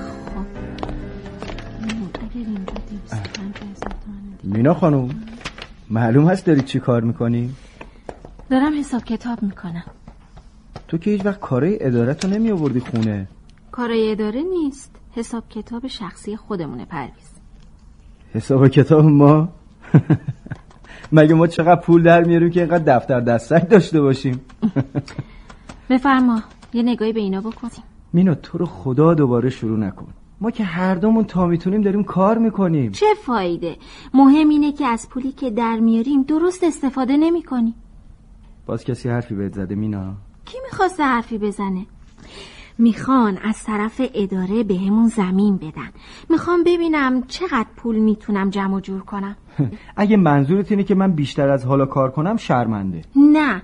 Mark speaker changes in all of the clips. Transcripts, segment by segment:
Speaker 1: خب.
Speaker 2: مینا خانم معلوم هست داری چی کار میکنی؟
Speaker 1: دارم حساب کتاب میکنم
Speaker 2: تو که هیچ وقت کارای ادارت رو نمی آوردی خونه
Speaker 1: کارای اداره نیست حساب کتاب شخصی خودمونه پرویز
Speaker 2: حساب کتاب ما مگه ما چقدر پول در میاریم که اینقدر دفتر دستک داشته باشیم
Speaker 1: بفرما یه نگاهی به اینا بکنیم
Speaker 2: مینا تو رو خدا دوباره شروع نکن ما که هر دومون تا میتونیم داریم کار میکنیم
Speaker 1: چه فایده مهم اینه که از پولی که در میاریم درست استفاده نمی کنی.
Speaker 2: باز کسی حرفی بهت زده مینا
Speaker 1: کی میخواسته حرفی بزنه میخوان از طرف اداره بهمون زمین بدن میخوام ببینم چقدر پول میتونم جمع و جور کنم
Speaker 2: اگه منظورت اینه که من بیشتر از حالا کار کنم شرمنده
Speaker 1: نه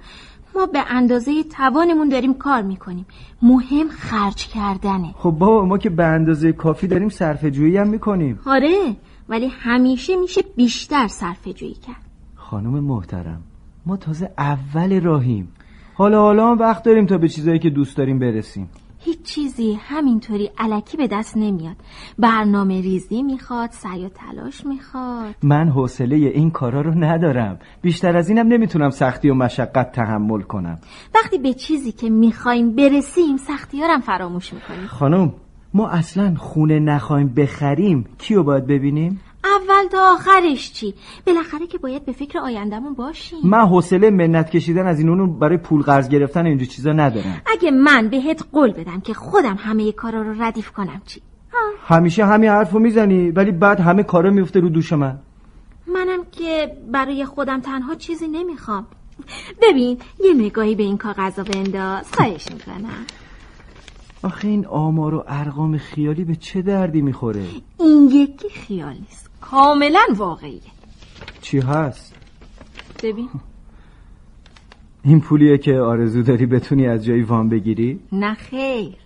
Speaker 1: ما به اندازه توانمون داریم کار میکنیم مهم خرج کردنه
Speaker 2: خب بابا ما که به اندازه کافی داریم صرفه جویی هم میکنیم
Speaker 1: آره ولی همیشه میشه بیشتر صرفه جویی کرد
Speaker 2: خانم محترم ما تازه اول راهیم حالا حالا هم وقت داریم تا به چیزایی که دوست داریم برسیم
Speaker 1: هیچ چیزی همینطوری علکی به دست نمیاد برنامه ریزی میخواد سعی و تلاش میخواد
Speaker 2: من حوصله این کارا رو ندارم بیشتر از اینم نمیتونم سختی و مشقت تحمل کنم
Speaker 1: وقتی به چیزی که میخوایم برسیم سختیارم فراموش میکنیم
Speaker 2: خانم ما اصلا خونه نخوایم بخریم کیو باید ببینیم
Speaker 1: اول تا آخرش چی بالاخره که باید به فکر آیندهمون باشیم
Speaker 2: من حوصله منت کشیدن از اینونو برای پول قرض گرفتن و اینجور چیزا ندارم
Speaker 1: اگه من بهت قول بدم که خودم همه کارا رو ردیف کنم چی آه.
Speaker 2: همیشه همین حرفو میزنی ولی بعد همه کارا میفته رو دوش من
Speaker 1: منم که برای خودم تنها چیزی نمیخوام ببین یه نگاهی به این کاغذا بنداز خواهش میکنم
Speaker 2: آخه این آمار و ارقام خیالی به چه دردی میخوره
Speaker 1: این یکی خیال نیست کاملا واقعیه
Speaker 2: چی هست
Speaker 1: ببین
Speaker 2: این پولیه که آرزو داری بتونی از جایی وام بگیری
Speaker 1: نه خیر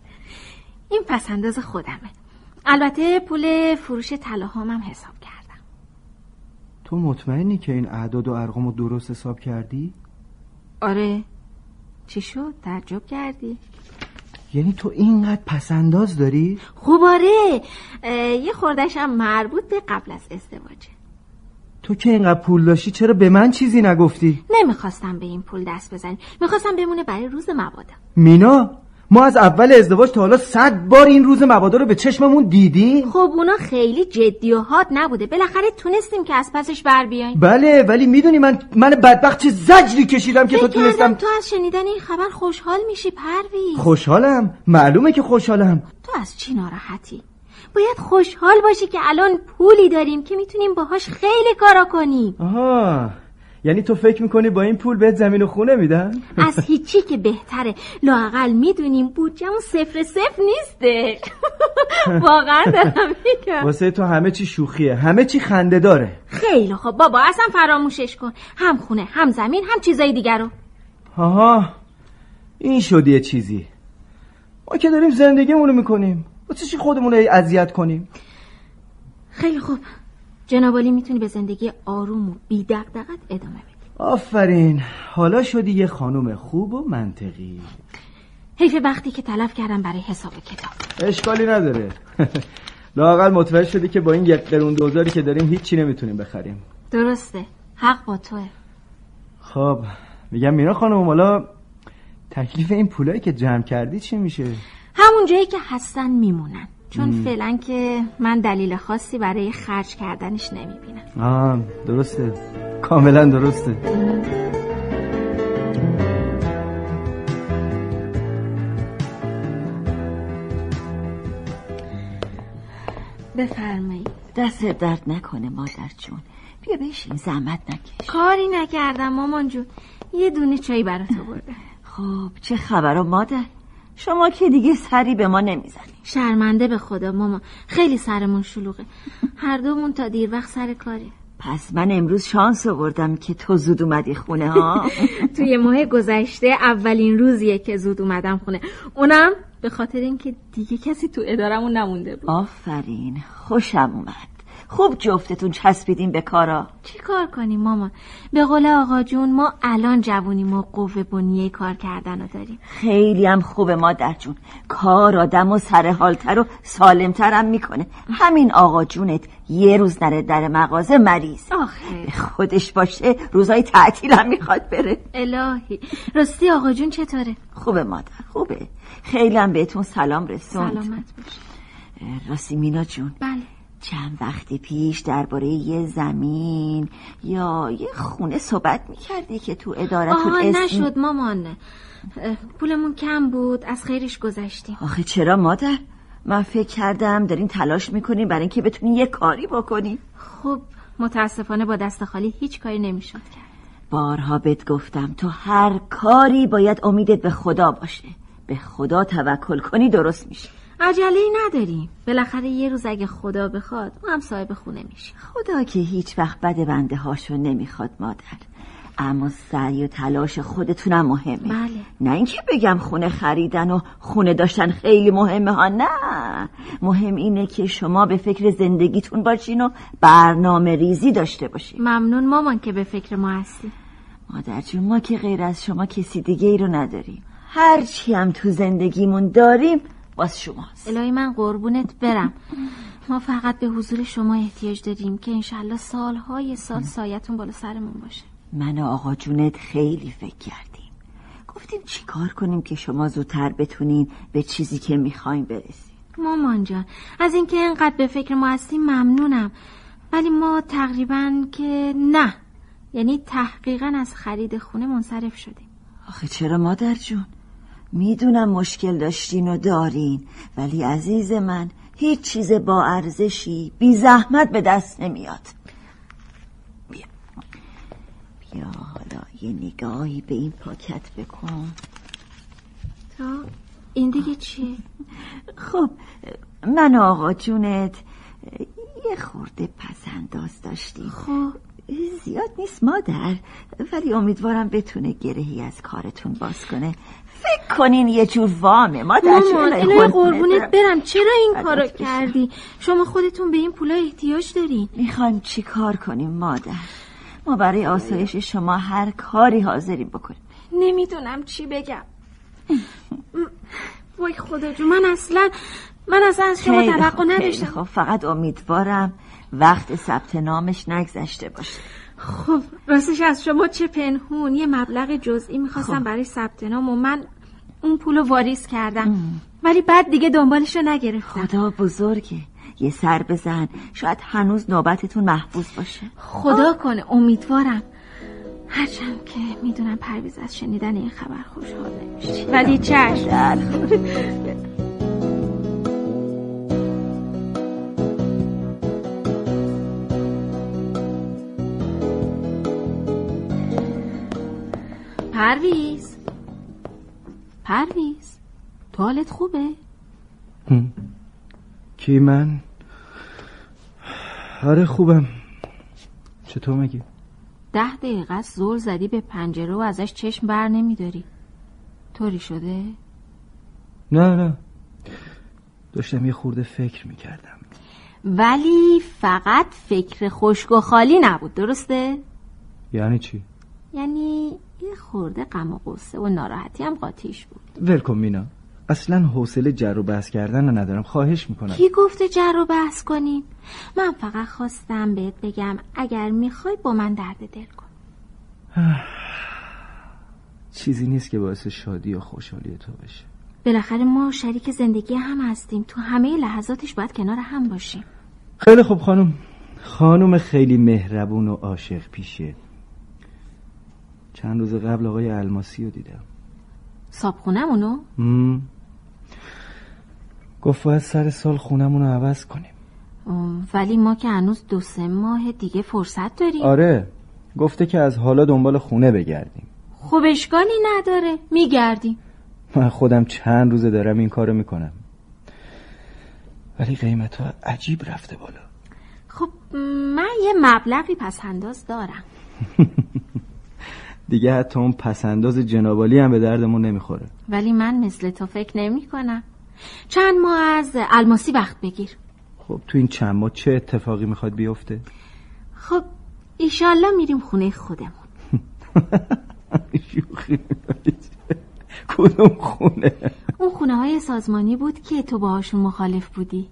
Speaker 1: این پسنداز خودمه البته پول فروش طلاهام هم حساب کردم
Speaker 2: تو مطمئنی که این اعداد و ارقام رو درست حساب کردی
Speaker 1: آره چی شد تعجب کردی
Speaker 2: یعنی تو اینقدر پسنداز داری؟
Speaker 1: خب آره یه خوردشم مربوط به قبل از ازدواجه
Speaker 2: تو که اینقدر پول داشتی چرا به من چیزی نگفتی؟
Speaker 1: نمیخواستم به این پول دست بزنی میخواستم بمونه برای روز مبادا
Speaker 2: مینا ما از اول ازدواج تا حالا صد بار این روز مبادا رو به چشممون دیدیم
Speaker 1: خب اونا خیلی جدی و حاد نبوده بالاخره تونستیم که از پسش بر بیاییم
Speaker 2: بله ولی میدونی من من بدبخت چه زجری کشیدم که
Speaker 1: فکر
Speaker 2: تو تونستم
Speaker 1: کردم تو از شنیدن این خبر خوشحال میشی پرویز
Speaker 2: خوشحالم معلومه که خوشحالم
Speaker 1: تو از چی ناراحتی باید خوشحال باشی که الان پولی داریم که میتونیم باهاش خیلی کارا کنیم
Speaker 2: آها یعنی تو فکر میکنی با این پول بهت زمین و خونه میدن؟
Speaker 1: از هیچی که بهتره لاقل میدونیم بودجمون صفر صفر نیسته واقعا دارم میگم
Speaker 2: واسه تو همه چی شوخیه همه چی خنده داره
Speaker 1: خیلی خب بابا اصلا فراموشش کن هم خونه هم زمین هم چیزای دیگر رو
Speaker 2: آها این شد یه چیزی ما که داریم زندگیمونو میکنیم واسه چی خودمون رو هی اذیت کنیم
Speaker 1: خیلی خوب جنابالی میتونی به زندگی آروم و بی دغدغت ادامه بدی
Speaker 2: آفرین حالا شدی یه خانم خوب و منطقی
Speaker 1: حیف وقتی که تلف کردم برای حساب کتاب
Speaker 2: اشکالی نداره لاقل متوجه شدی که با این یک قرون دوزاری که داریم هیچی نمیتونیم بخریم
Speaker 1: درسته حق با توه
Speaker 2: خب میگم مینا خانم حالا تکلیف این پولایی که جمع کردی چی میشه
Speaker 1: همون جایی که هستن میمونن چون فعلا که من دلیل خاصی برای خرج کردنش نمیبینم
Speaker 2: آه درسته کاملا درسته
Speaker 1: بفرمایید
Speaker 3: دست درد نکنه مادر جون بیا بشین زحمت نکش
Speaker 1: کاری نکردم مامان جون یه دونه چای برات آوردم
Speaker 3: خب چه خبر و مادر شما که دیگه سری به ما نمیزنی
Speaker 1: شرمنده به خدا ماما خیلی سرمون شلوغه هر دومون تا دیر وقت سر کاری
Speaker 3: پس من امروز شانس آوردم که تو زود اومدی خونه ها
Speaker 1: توی ماه گذشته اولین روزیه که زود اومدم خونه اونم به خاطر اینکه دیگه کسی تو ادارمون نمونده بود
Speaker 3: آفرین خوشم اومد خوب جفتتون چسبیدین به کارا
Speaker 1: چی کار کنیم مامان به قول آقا جون ما الان جوونیم و قوه بنیه کار کردن رو داریم
Speaker 3: خیلی هم خوبه مادر جون کار آدم و سرحالتر و سالمترم میکنه همین آقا جونت یه روز نره در مغازه مریض
Speaker 1: آخه
Speaker 3: به خودش باشه روزای تعطیلم میخواد بره
Speaker 1: الهی راستی آقا جون چطوره
Speaker 3: خوبه مادر خوبه خیلی هم بهتون سلام رسوند
Speaker 1: سلامت باش
Speaker 3: اه، راستی مینا جون
Speaker 1: بله
Speaker 3: چند وقت پیش درباره یه زمین یا یه خونه صحبت میکردی که تو ادارتون
Speaker 1: آها
Speaker 3: اسم
Speaker 1: نشد مامان اه، پولمون کم بود از خیرش گذشتیم
Speaker 3: آخه چرا مادر من فکر کردم دارین تلاش میکنین برای اینکه بتونین یه کاری بکنین
Speaker 1: خب متاسفانه با دست خالی هیچ کاری نمیشد کرد
Speaker 3: بارها بهت گفتم تو هر کاری باید امیدت به خدا باشه به خدا توکل کنی درست میشه
Speaker 1: عجله نداریم بالاخره یه روز اگه خدا بخواد ما هم صاحب خونه میشیم
Speaker 3: خدا که هیچ وقت بد بنده هاشو نمیخواد مادر اما سعی و تلاش خودتونم مهمه
Speaker 1: بله.
Speaker 3: نه اینکه بگم خونه خریدن و خونه داشتن خیلی مهمه ها نه مهم اینه که شما به فکر زندگیتون باشین و برنامه ریزی داشته باشین
Speaker 1: ممنون مامان که به فکر ما هستی
Speaker 3: مادر جون ما که غیر از شما کسی دیگه ای رو نداریم هرچی هم تو زندگیمون داریم باز شماست
Speaker 1: الهی من قربونت برم ما فقط به حضور شما احتیاج داریم که انشالله سالهای سال سایتون بالا سرمون باشه
Speaker 3: من و آقا جونت خیلی فکر کردیم گفتیم چیکار کنیم که شما زودتر بتونین به چیزی که میخوایم برسیم
Speaker 1: مامان جان از اینکه اینقدر به فکر ما هستی ممنونم ولی ما تقریبا که نه یعنی تحقیقا از خرید خونه منصرف شدیم
Speaker 3: آخه چرا مادر جون میدونم مشکل داشتین و دارین ولی عزیز من هیچ چیز با ارزشی بی زحمت به دست نمیاد بیا بیا حالا یه نگاهی به این پاکت بکن
Speaker 1: تا این دیگه چیه؟
Speaker 3: خب من و آقا جونت یه خورده پسنداز داشتیم
Speaker 1: خب
Speaker 3: زیاد نیست مادر ولی امیدوارم بتونه گرهی از کارتون باز کنه فکر کنین یه جور وامه مادر جون،
Speaker 1: مامان
Speaker 3: الهی
Speaker 1: الهی
Speaker 3: قربونت
Speaker 1: قربونت
Speaker 3: برم.
Speaker 1: برم چرا این
Speaker 3: فدات
Speaker 1: کارو
Speaker 3: بشم.
Speaker 1: کردی؟ شما خودتون به این پولا احتیاج دارین
Speaker 3: میخوایم چی کار کنیم مادر ما برای آسایش شما هر کاری حاضریم بکنیم
Speaker 1: نمیدونم چی بگم م- وای خدا جون من اصلا من اصلا از شما
Speaker 3: خیلی
Speaker 1: توقع
Speaker 3: خوب، خیلی
Speaker 1: نداشتم
Speaker 3: خوب. فقط امیدوارم وقت ثبت نامش نگذشته باشه
Speaker 1: خب راستش از شما چه پنهون یه مبلغ جزئی میخواستم
Speaker 3: خب.
Speaker 1: برای ثبت نام و من اون پولو واریز کردم ولی بعد دیگه دنبالش رو نگرفتم
Speaker 3: خدا بزرگه یه سر بزن شاید هنوز نوبتتون محبوس باشه
Speaker 1: خدا کنه امیدوارم هرچند که میدونم پرویز از شنیدن این خبر خوشحال نمیشه ولی چشم
Speaker 3: در
Speaker 1: پرویز پرویز تو حالت خوبه؟
Speaker 2: کی من آره خوبم چطور مگه
Speaker 1: ده دقیقه است زل زدی به پنجره و ازش چشم بر نمیداری طوری شده؟
Speaker 2: نه نه داشتم یه خورده فکر میکردم
Speaker 1: ولی فقط فکر خشک و خالی نبود درسته؟
Speaker 2: یعنی چی؟
Speaker 1: یعنی یه خورده غم و قصه و ناراحتی هم قاطیش بود
Speaker 2: ولکن مینا اصلا حوصله جر و بحث کردن رو ندارم خواهش میکنم
Speaker 1: کی گفته جر رو بحث کنین؟ من فقط خواستم بهت بگم اگر میخوای با من درد دل کن
Speaker 2: چیزی نیست که باعث شادی و خوشحالی تو بشه
Speaker 1: بالاخره ما شریک زندگی هم هستیم تو همه لحظاتش باید کنار هم باشیم
Speaker 2: خیلی خوب خانم خانم خیلی مهربون و عاشق پیشه چند روز قبل آقای الماسی رو دیدم
Speaker 1: صابخونم اونو
Speaker 2: مم. گفت باید سر سال خونمون رو عوض کنیم
Speaker 1: ام، ولی ما که هنوز دو سه ماه دیگه فرصت داریم
Speaker 2: آره گفته که از حالا دنبال خونه بگردیم
Speaker 1: خوب خب اشکالی نداره میگردیم
Speaker 2: من خودم چند روزه دارم این کارو میکنم ولی قیمت ها عجیب رفته بالا
Speaker 1: خب م، من یه مبلغی پس انداز دارم
Speaker 2: دیگه حتی اون پسنداز جنابالی هم به دردمون نمیخوره
Speaker 1: ولی من مثل تو فکر نمی کنم چند ماه از الماسی وقت بگیر
Speaker 2: خب تو این چند ماه چه اتفاقی میخواد بیفته
Speaker 1: خب ایشالله میریم خونه خودمون
Speaker 2: شوخی می‌کنی. کدوم خونه
Speaker 1: اون خونه های سازمانی بود که تو باهاشون مخالف بودی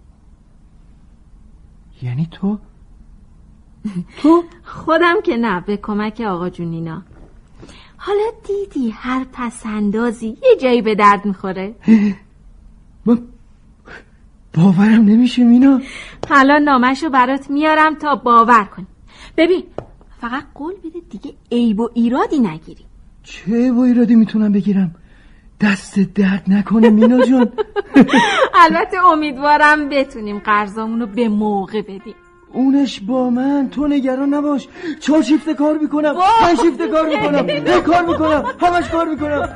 Speaker 2: یعنی تو
Speaker 1: خودم که نه به کمک آقا جونینا حالا دیدی هر پسندازی یه جایی به درد میخوره
Speaker 2: من باورم نمیشه مینا
Speaker 1: حالا نامشو برات میارم تا باور کنی ببین فقط قول بده دیگه عیب و ایرادی نگیری
Speaker 2: چه با ایرادی میتونم بگیرم دست درد نکنه مینا جون
Speaker 1: البته امیدوارم بتونیم قرضامونو به موقع بدیم
Speaker 2: اونش با من تو نگران نباش چهار شیفته کار میکنم
Speaker 1: وای.
Speaker 2: پنج شیفته کار میکنم یک کار میکنم همش کار میکنم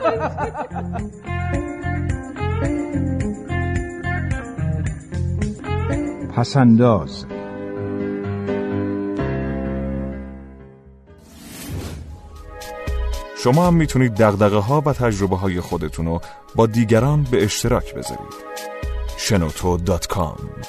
Speaker 4: پسنداز
Speaker 5: شما هم میتونید دقدقه ها و تجربه های خودتون رو با دیگران به اشتراک بذارید شنوتو.com